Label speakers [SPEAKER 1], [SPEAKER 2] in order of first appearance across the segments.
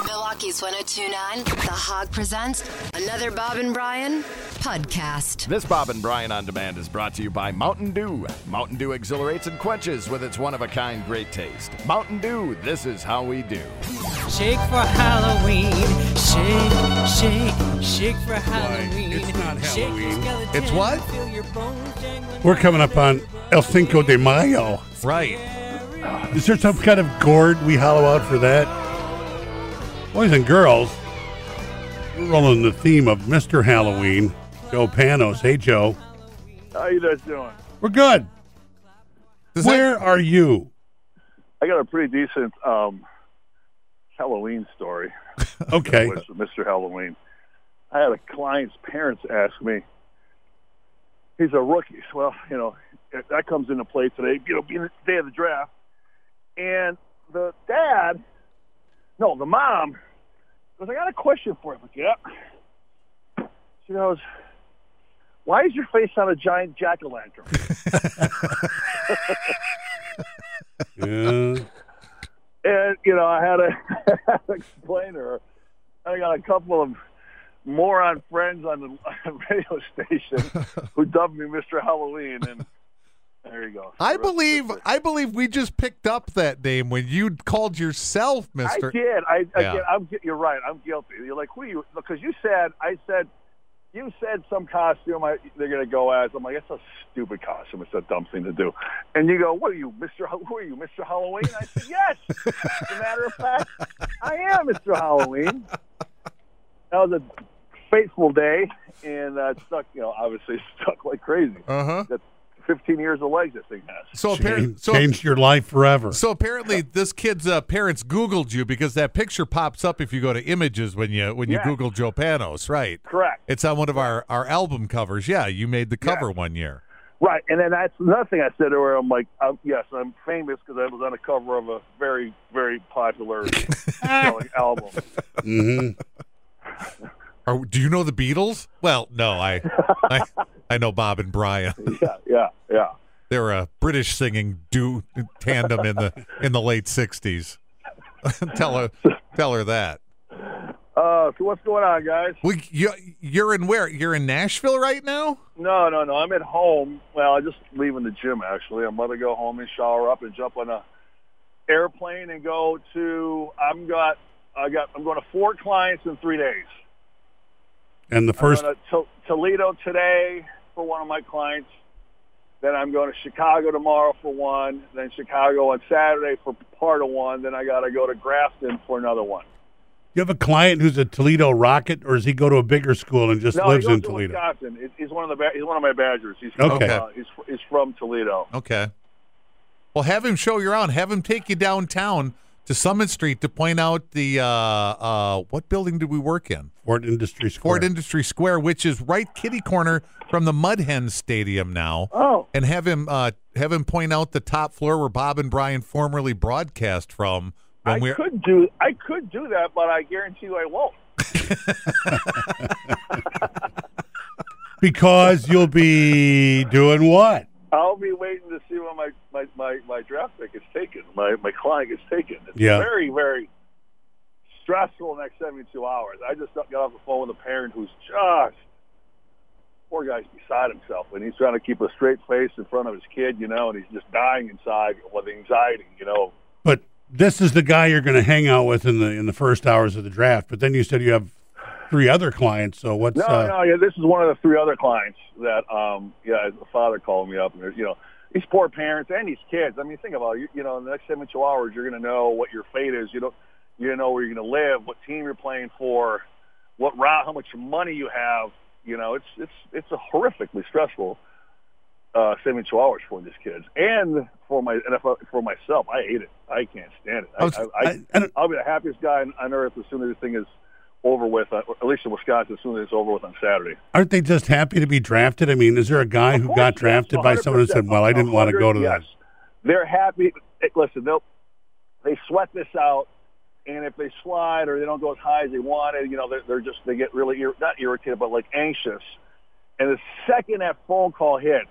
[SPEAKER 1] Rockies 1029, The Hog presents another Bob and Brian podcast.
[SPEAKER 2] This Bob and Brian on Demand is brought to you by Mountain Dew. Mountain Dew exhilarates and quenches with its one of a kind great taste. Mountain Dew, this is how we do.
[SPEAKER 3] Shake for Halloween. Shake, shake, shake for Halloween.
[SPEAKER 4] it's not
[SPEAKER 3] Shake your
[SPEAKER 4] Halloween.
[SPEAKER 3] skeleton,
[SPEAKER 5] It's what?
[SPEAKER 3] feel your bones jangling
[SPEAKER 4] We're coming up on El Cinco de Mayo.
[SPEAKER 5] Right.
[SPEAKER 4] Is there some kind of gourd we hollow out for that? Boys and girls, we're rolling the theme of Mr. Halloween, Joe Panos. Hey, Joe.
[SPEAKER 6] How you guys doing?
[SPEAKER 4] We're good.
[SPEAKER 5] Does
[SPEAKER 4] Where are you?
[SPEAKER 6] I got a pretty decent um, Halloween story
[SPEAKER 4] Okay. Uh,
[SPEAKER 6] with Mr. Halloween. I had a client's parents ask me, he's a rookie. Well, you know, that comes into play today, you know, being the day of the draft. And the dad, no, the mom, goes, I got a question for you. I'm like, yeah. She goes, why is your face on a giant jack-o'-lantern?
[SPEAKER 4] Yeah.
[SPEAKER 6] and you know, I had a, I had to explain to her. I got a couple of moron friends on the on the radio station who dubbed me Mr. Halloween, and there you go.
[SPEAKER 5] I believe I believe we just picked up that name when you called yourself
[SPEAKER 6] I
[SPEAKER 5] Mister.
[SPEAKER 6] did. I, I
[SPEAKER 5] Yeah.
[SPEAKER 6] did. I'm. gu- You're right. I'm guilty. You're like, who are you? Because you said, I said, you said some costume I, they're gonna go as. I'm like, it's a stupid costume. It's a dumb thing to do. And you go, what are you, Mr. Hall- Who are you, Mr. Halloween? I said, yes. As a matter of fact, I am Mr. Halloween. That was a fateful day, and uh, it stuck. You know, obviously it stuck like crazy.
[SPEAKER 5] Uh huh.
[SPEAKER 6] That's 15 years of legs this thing has.
[SPEAKER 5] So apparently,
[SPEAKER 4] Change,
[SPEAKER 5] so,
[SPEAKER 4] changed your life forever.
[SPEAKER 5] so apparently, this kid's uh, parents Googled you because that picture pops up if you go to images when you when you
[SPEAKER 6] Yeah.
[SPEAKER 5] Google Joe Panos, right?
[SPEAKER 6] Correct.
[SPEAKER 5] It's on one of our our album covers. Yeah, you made the cover one year.
[SPEAKER 6] Right, and then that's another thing I said to her. I'm like, I'm, yes, I'm famous because I was on the cover of a very, very popular selling album.
[SPEAKER 4] Mhm.
[SPEAKER 5] Are, do you know the Beatles? Well, no, I, I I know Bob and Brian.
[SPEAKER 6] Yeah, yeah, yeah.
[SPEAKER 5] They were a British singing duo tandem in the in the late '60s. tell her, tell her that.
[SPEAKER 6] Uh, so what's going on, guys?
[SPEAKER 5] Well, you, you're in where? You're in Nashville right now.
[SPEAKER 6] No, no, no. I'm at home. Well, I'm just leaving the gym actually. I'm about to go home and shower up and jump on a airplane and go to. I'm got. I got. I'm going to four clients in three days.
[SPEAKER 4] And the first,
[SPEAKER 6] I'm going to Toledo today for one of my clients. Then I'm going to Chicago tomorrow for one. Then Chicago on Saturday for part of one. Then I got to go to Grafton for another one.
[SPEAKER 4] you have a client who's a Toledo Rocket, or does he go to a bigger school and just
[SPEAKER 6] No,
[SPEAKER 4] lives
[SPEAKER 6] he goes
[SPEAKER 4] in
[SPEAKER 6] to
[SPEAKER 4] Toledo?
[SPEAKER 6] Wisconsin. He- He's one of the Ba- he's one of my Badgers. He's
[SPEAKER 4] Okay.
[SPEAKER 6] From, uh, he's he's from Toledo.
[SPEAKER 5] Okay. Well, have him show you around. Have him take you downtown to Summit Street to point out the uh, uh, what building did we work in?
[SPEAKER 4] Fort Industry Square.
[SPEAKER 5] Ford Industry Square, which is right kitty corner from the Mud Hen Stadium now.
[SPEAKER 6] Oh,
[SPEAKER 5] and have him uh, have him point out the top floor where Bob and Brian formerly broadcast from when
[SPEAKER 6] I
[SPEAKER 5] we're
[SPEAKER 6] could do I could do that, but I guarantee you I won't.
[SPEAKER 4] because you'll be doing what?
[SPEAKER 6] I'll be waiting to see when my, my, my, my draft pick is taken, my, my client is taken. It's
[SPEAKER 4] Yeah.
[SPEAKER 6] very, very stressful next 72 hours. I just got off the phone with a parent who's just, poor guy's beside himself, and he's trying to keep a straight face in front of his kid, you know, and he's just dying inside with anxiety, you know.
[SPEAKER 4] But this is the guy you're going to hang out with in the in the first hours of the draft. But then you said you have three other clients. So what's
[SPEAKER 6] No,
[SPEAKER 4] uh,
[SPEAKER 6] no, yeah, this is one of the three other clients that, um, yeah, the father called me up, and there's, you know, these poor parents and these kids. I mean, think about it. You, you know, in the next seven two hours, you're going to know what your fate is. You don't, you don't know where you're going to live, what team you're playing for, what route, how much money you have. You know, it's it's it's a horrifically stressful uh, seven two hours for these kids and for my and if I- for myself. I hate it. I can't stand it.
[SPEAKER 4] I was-
[SPEAKER 6] I, I,
[SPEAKER 4] I- I don't-
[SPEAKER 6] I'll be the happiest guy on, on earth as soon as this thing is over with, uh, or at least in Wisconsin, as soon as it's over with on Saturday.
[SPEAKER 4] aren't they just happy to be drafted? I mean, is there a guy who got drafted by someone who said, "Well, I didn't want to go to
[SPEAKER 6] yes.
[SPEAKER 4] that"?
[SPEAKER 6] They're happy. eh, Listen, they'll, they sweat this out, and if they slide or they don't go as high as they wanted, you know, they're, they're just they get really ir- not irritated, but like anxious. And the second that phone call hits,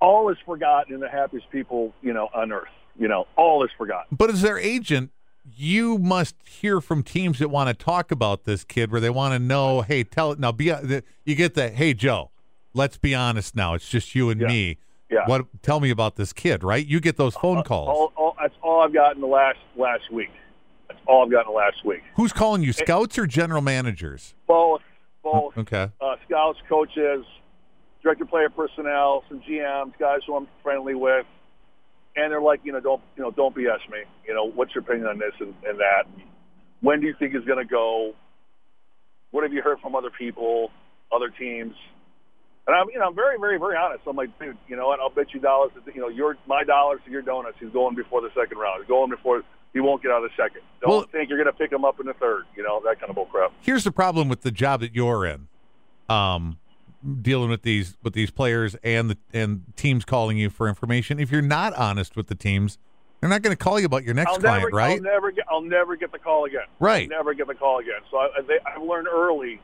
[SPEAKER 6] all is forgotten, and the happiest people, you know, on earth, you know, all is forgotten.
[SPEAKER 5] but as their agent you must hear from teams that want to talk about this kid where they want to know, hey, tell it now. Be uh, the- you get that? Hey, Joe, let's be honest now. It's just you and
[SPEAKER 6] Yeah.
[SPEAKER 5] me.
[SPEAKER 6] Yeah. Uh, oh.
[SPEAKER 5] What? Tell me about this kid, right? You get those phone calls.
[SPEAKER 6] All, all, that's all I've gotten the last last week. That's all I've gotten the last week.
[SPEAKER 5] Who's calling you, scouts or general managers?
[SPEAKER 6] Both, both
[SPEAKER 5] Okay.
[SPEAKER 6] uh, scouts, coaches, director of player personnel, some GMs, guys who I'm friendly with, and they're like, you know, don't you know, don't BS me. You know, what's your opinion on this and, and that? When do you think is going to go? What have you heard from other people, other teams? And I'm, you know, I'm very, very, very honest. I'm like, dude, you know what? I'll bet you dollars, that, you know, your my dollars to your donuts. He's going before the second round. He's going before he won't get out of the second. Don't
[SPEAKER 5] Well-
[SPEAKER 6] think you're going to pick him up in the third. You know that kind of bull crap.
[SPEAKER 5] here's the problem with the job that you're in, um, dealing with these with these players and the and teams calling you for information. If you're not honest with the teams, they're not going to call you about your next
[SPEAKER 6] I'll
[SPEAKER 5] client,
[SPEAKER 6] never,
[SPEAKER 5] right?
[SPEAKER 6] I'll never get. I'll never get the call again.
[SPEAKER 5] Right.
[SPEAKER 6] Never get the call again. So I, they, I've learned early,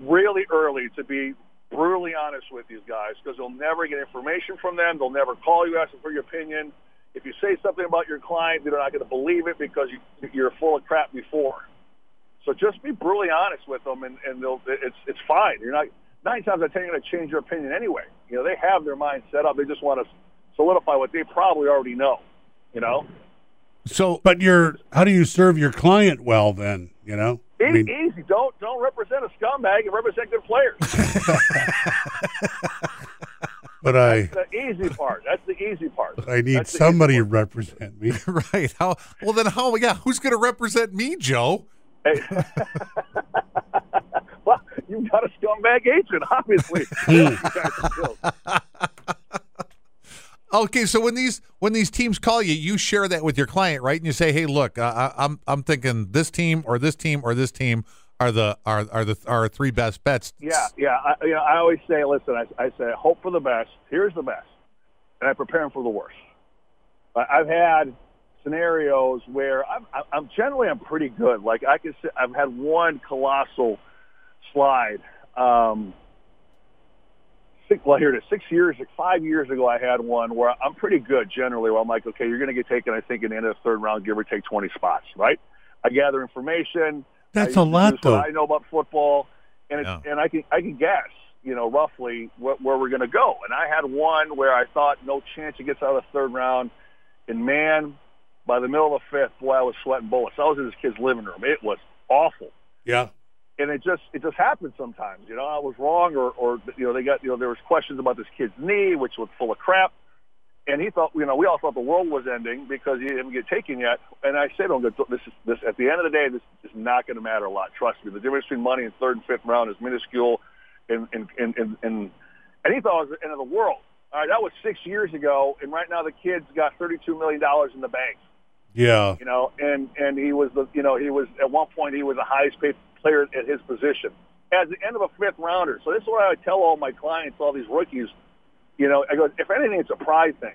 [SPEAKER 6] really early, to be brutally honest with these guys because they'll never get information from them. They'll never call you asking for your opinion. If you say something about your client, they're not going to believe it because you, you're full of crap before. So just be brutally honest with them, and, and they'll, it's it's fine. You're not nine times out of ten you're going to change your opinion anyway. You know they have their mind set up. They just want to solidify what they probably already know. You know.
[SPEAKER 5] So
[SPEAKER 4] But you're how do you serve your client well then? You know,
[SPEAKER 6] E-
[SPEAKER 4] I mean,
[SPEAKER 6] easy. Don't don't represent a scumbag and represent good players.
[SPEAKER 4] but I
[SPEAKER 6] the easy part. That's the easy part.
[SPEAKER 4] I need
[SPEAKER 6] That's the
[SPEAKER 4] somebody
[SPEAKER 6] easy
[SPEAKER 4] to represent me.
[SPEAKER 5] right. How well then? How yeah? Who's going to represent me, Joe?
[SPEAKER 6] part. Hey. well, you've got a scumbag agent, obviously.
[SPEAKER 5] Okay, so when these when these teams call you, you share that with your client, right? And you say, "Hey, look, uh, I, I'm I'm thinking this team or this team or this team are the are are the are our three best bets."
[SPEAKER 6] yeah, yeah. I, you know, I always say, listen, I, I say, hope for the best. Here's the best, and I prepare them for the worst. I, I've had scenarios where I'm, I- I'm generally I'm pretty good. Like I can, say, I've had one colossal slide. Um, six, well, here it is. Six years, five years ago, I had one where I'm pretty good generally. Where I'm like, okay, you're going to get taken. I think in the end of the third round, give or take 20 spots, right? I gather information.
[SPEAKER 4] That's
[SPEAKER 6] I
[SPEAKER 4] a lot,
[SPEAKER 6] use what
[SPEAKER 4] though.
[SPEAKER 6] I know about football, and it's,
[SPEAKER 5] Yeah.
[SPEAKER 6] and I can I can guess, you know, roughly what, where we're going to go. And I had one where I thought no chance it gets out of the third round, and man, by the middle of the fifth, boy, I was sweating bullets. I was in this kid's living room. It was awful
[SPEAKER 4] Yeah,
[SPEAKER 6] and it just it just happens sometimes. You know, I was wrong, or or you know they got you know there was questions about this kid's knee, which was full of crap, and he thought you know we all thought the world was ending because he didn't get taken yet. And I said, "Oh, this is this at the end of the day, this is not going to matter a lot. Trust me, the difference between money in third and fifth round is minuscule." And and and and, and, and he thought it was the end of the world. All right, that was six years ago, and right now the kid's got thirty-two million dollars in the bank
[SPEAKER 4] yeah.
[SPEAKER 6] you know, and and he was the you know he was at one point he was the highest paid player at his position at the end of a fifth rounder. So this is why I tell all my clients, all these rookies, you know, I go if anything it's a pride thing.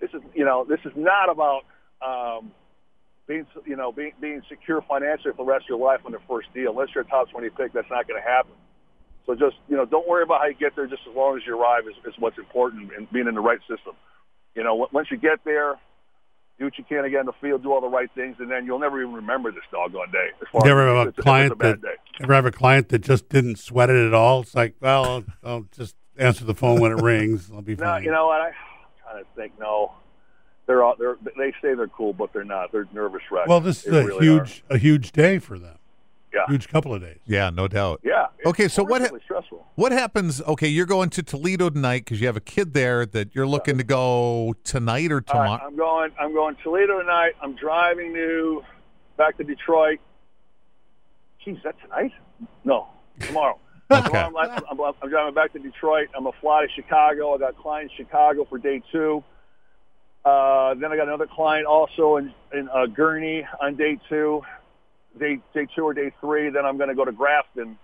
[SPEAKER 6] This is you know this is not about um, being you know being being secure financially for the rest of your life on the first deal. Unless you're a top twenty pick, that's not going to happen. So just you know don't worry about how you get there. Just as long as you arrive is, is what's important and being in the right system. You know, on- once you get there, do what you can again in the field, do all the right things, and then you'll never even remember this doggone day. As far
[SPEAKER 4] Never
[SPEAKER 6] as
[SPEAKER 4] have a
[SPEAKER 6] it's- it's
[SPEAKER 4] client that
[SPEAKER 6] bad day.
[SPEAKER 4] ever have a client that just didn't sweat it at all. It's like, well, I'll, I'll just answer the phone when it rings. I'll be
[SPEAKER 6] No,
[SPEAKER 4] fine.
[SPEAKER 6] you know what? I, I'm trying to think. No, they're all they're they say they're cool, but they're not. They're nervous wrecks.
[SPEAKER 4] well, this
[SPEAKER 6] They
[SPEAKER 4] is a
[SPEAKER 6] really
[SPEAKER 4] huge a huge day for them.
[SPEAKER 6] Yeah.
[SPEAKER 4] huge couple of days.
[SPEAKER 5] Yeah, no doubt.
[SPEAKER 6] Are. Yeah. it's
[SPEAKER 5] Okay, so what ha-
[SPEAKER 6] horribly stressful?
[SPEAKER 5] What happens? Okay, you're going to Toledo tonight because you have a kid there that you're looking to go tonight or
[SPEAKER 6] All
[SPEAKER 5] tomorrow.
[SPEAKER 6] right, I'm going. I'm going Toledo tonight. I'm driving to back to Detroit. Geez, that tonight? No, tomorrow.
[SPEAKER 5] Okay.
[SPEAKER 6] Tomorrow I'm, I'm, I'm, I'm driving back to Detroit. I'm a fly to Chicago. I got a client in Chicago for day two. Uh, then I got another client also in, in uh, Gurney on day two, day day two or day three. Then I'm going to go to Grafton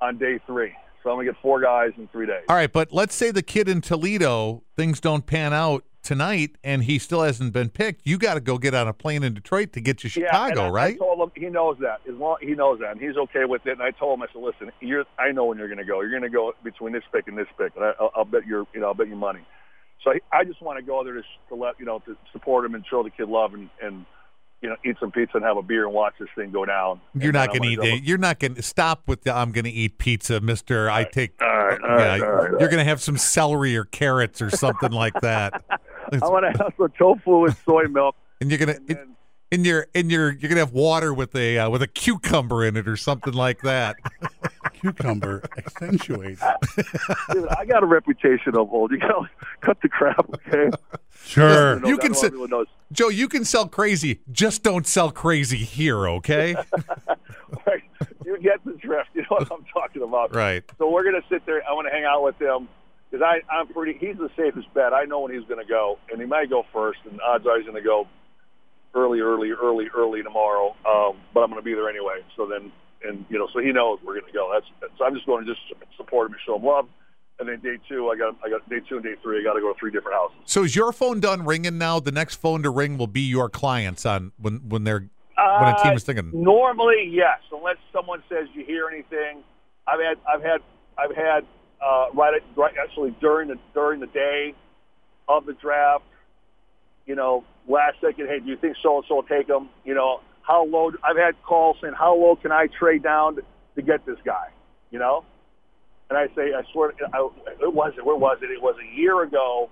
[SPEAKER 6] on day three. So I'm going to get four guys in three days.
[SPEAKER 5] All right, but let's say the kid in Toledo things don't pan out tonight, and he still hasn't been picked. You got to go get on a plane in Detroit to get to Chicago,
[SPEAKER 6] and I,
[SPEAKER 5] right?
[SPEAKER 6] I told him he knows that. As long he knows that, and he's okay with it. And I told him, I said, "Listen, you're. I know when you're going to go. You're going to go between this pick and this pick, and I, I'll, I'll bet your, you know, I'll bet you money." So I, I just want to go there to, to let you know to support him and show the kid love and and you know, eat some pizza and have a beer and watch this thing go down.
[SPEAKER 5] You're
[SPEAKER 6] And
[SPEAKER 5] not
[SPEAKER 6] then I'm
[SPEAKER 5] going to eat.
[SPEAKER 6] gonna
[SPEAKER 5] it. You're not going to stop with the I'm going to eat pizza, Mister. I take.
[SPEAKER 6] all right, all right, all right, all
[SPEAKER 5] you're going to have some celery or carrots or something like that,
[SPEAKER 6] double- I want to have some tofu and soy milk.
[SPEAKER 5] and you're going
[SPEAKER 6] And
[SPEAKER 5] to
[SPEAKER 6] then,
[SPEAKER 5] in your in your you're going to have water with a uh, with a cucumber in it or something like that.
[SPEAKER 4] Cucumber accentuates.
[SPEAKER 6] dude, I got a reputation of old. You got to cut the crap, okay?
[SPEAKER 4] Sure.
[SPEAKER 6] No,
[SPEAKER 5] You
[SPEAKER 6] I
[SPEAKER 5] can
[SPEAKER 6] know
[SPEAKER 5] sit-
[SPEAKER 6] everyone knows.
[SPEAKER 5] Joe, you can sell crazy, just don't sell crazy here, okay?
[SPEAKER 6] Right. You get the drift. You know what I'm talking about.
[SPEAKER 5] right.
[SPEAKER 6] So we're going to sit there. I want to hang out with him because I I'm pretty. He's the safest bet. I know when he's going to go, and he might go first. And odds are he's going to go early, early, early, early tomorrow. Um, but I'm going to be there anyway. So then, and you know, so he knows we're going to go. That's so. I'm just going to just support him and show him love. And then day two, I got I got day two and day three. I got to go to three different houses.
[SPEAKER 5] So is your phone done ringing now? The next phone to ring will be your clients on when when they're when a team is
[SPEAKER 6] Uh,
[SPEAKER 5] thinking.
[SPEAKER 6] Normally, yes, unless someone says you hear anything. I've had, I've had, I've had uh, right, at, right actually during the during the day of the draft. You know, last second, hey, do you think so and so will take him? You know, how low? I've had calls saying, how low can I trade down to, to get this guy? You know, and I say, I swear, I, it wasn't. Where was it? It was a year ago.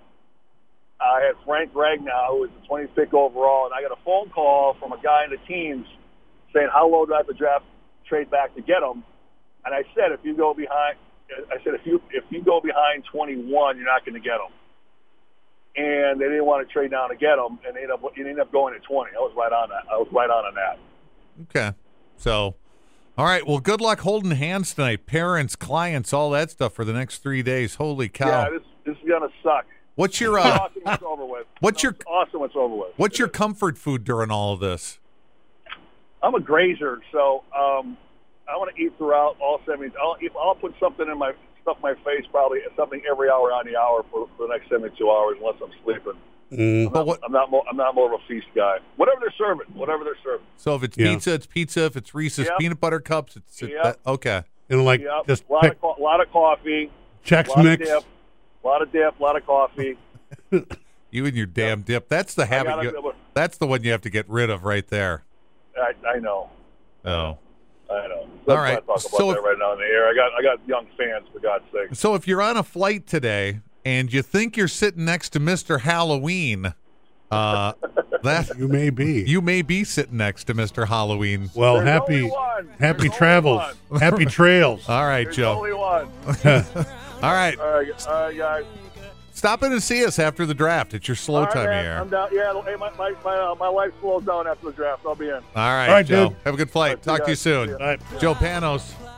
[SPEAKER 6] I had Frank Ragnow, who was the 20th pick overall, and I got a phone call from a guy in the teens saying, "How low do I have to draft trade back to get him?" And I said, "If you go behind, I said if you if you go behind 21, you're not going to get him." And they didn't want to trade down to get him, and they ended up it ended up going to 20. I was right on that. I was right on on that.
[SPEAKER 5] Okay. So, all right. Well, good luck holding hands tonight, parents, clients, all that stuff for the next three days. Holy cow!
[SPEAKER 6] Yeah, this this is gonna suck.
[SPEAKER 5] what's your
[SPEAKER 6] It's
[SPEAKER 5] uh,
[SPEAKER 6] awesome it's over with.
[SPEAKER 5] What's your-
[SPEAKER 6] It's awesome it's over with.
[SPEAKER 5] what's
[SPEAKER 6] It
[SPEAKER 5] your
[SPEAKER 6] is.
[SPEAKER 5] comfort food during all of this?
[SPEAKER 6] I'm a grazer, so um, I want to eat throughout all seventy. I'll, if I'll put something in my stuff in my face, probably something every hour on the hour for, for the next seventy-two hours, unless I'm sleeping.
[SPEAKER 4] Mm.
[SPEAKER 5] But what?
[SPEAKER 6] I'm not more, I'm not more of a feast guy. Whatever they're serving, whatever they're serving.
[SPEAKER 5] So if it's
[SPEAKER 4] Yeah.
[SPEAKER 5] pizza, it's pizza. If it's Reese's
[SPEAKER 6] Yep.
[SPEAKER 5] peanut butter cups, it's it,
[SPEAKER 6] Yep.
[SPEAKER 5] that- okay.
[SPEAKER 4] And like
[SPEAKER 6] Yep,
[SPEAKER 4] just
[SPEAKER 6] a lot
[SPEAKER 4] pick
[SPEAKER 6] of co- lot of coffee,
[SPEAKER 4] checks
[SPEAKER 6] lot
[SPEAKER 4] mix.
[SPEAKER 6] of dip, lot of dip, lot of coffee.
[SPEAKER 5] You and your damn dip. That's the habit.
[SPEAKER 6] gotta be
[SPEAKER 5] You,
[SPEAKER 6] able-
[SPEAKER 5] that's the one you have to get rid of right there.
[SPEAKER 6] I, I know,
[SPEAKER 5] Oh.
[SPEAKER 6] I know.
[SPEAKER 5] All
[SPEAKER 6] Let's
[SPEAKER 5] right,
[SPEAKER 6] not talk about
[SPEAKER 5] so
[SPEAKER 6] that
[SPEAKER 5] if-
[SPEAKER 6] right now in the air. I got I got young fans for God's sake.
[SPEAKER 5] So if you're on a flight today and you think you're sitting next to Mr. Halloween, uh, that
[SPEAKER 4] You may be.
[SPEAKER 5] you may be sitting next to Mr. Halloween.
[SPEAKER 4] well,
[SPEAKER 6] There's
[SPEAKER 4] happy
[SPEAKER 6] only one. There's
[SPEAKER 4] happy
[SPEAKER 6] only
[SPEAKER 4] travels.
[SPEAKER 6] one.
[SPEAKER 4] Happy trails.
[SPEAKER 5] All right,
[SPEAKER 6] There's
[SPEAKER 5] Joe.
[SPEAKER 6] only one.
[SPEAKER 5] All right,
[SPEAKER 6] All right, gu- all right, guys.
[SPEAKER 5] stop in and see us after the draft. It's your slow
[SPEAKER 6] All right,
[SPEAKER 5] time
[SPEAKER 6] man.
[SPEAKER 5] here.
[SPEAKER 6] I'm down. Yeah, hey, my my my, uh, my life slows down after the draft. I'll be in.
[SPEAKER 5] All right,
[SPEAKER 4] All right,
[SPEAKER 5] Joe.
[SPEAKER 4] dude.
[SPEAKER 5] Have a good flight.
[SPEAKER 6] All right, see
[SPEAKER 5] Talk
[SPEAKER 6] you
[SPEAKER 5] to
[SPEAKER 6] guys.
[SPEAKER 5] you soon.
[SPEAKER 6] See ya.
[SPEAKER 4] All right.
[SPEAKER 5] Joe Panos.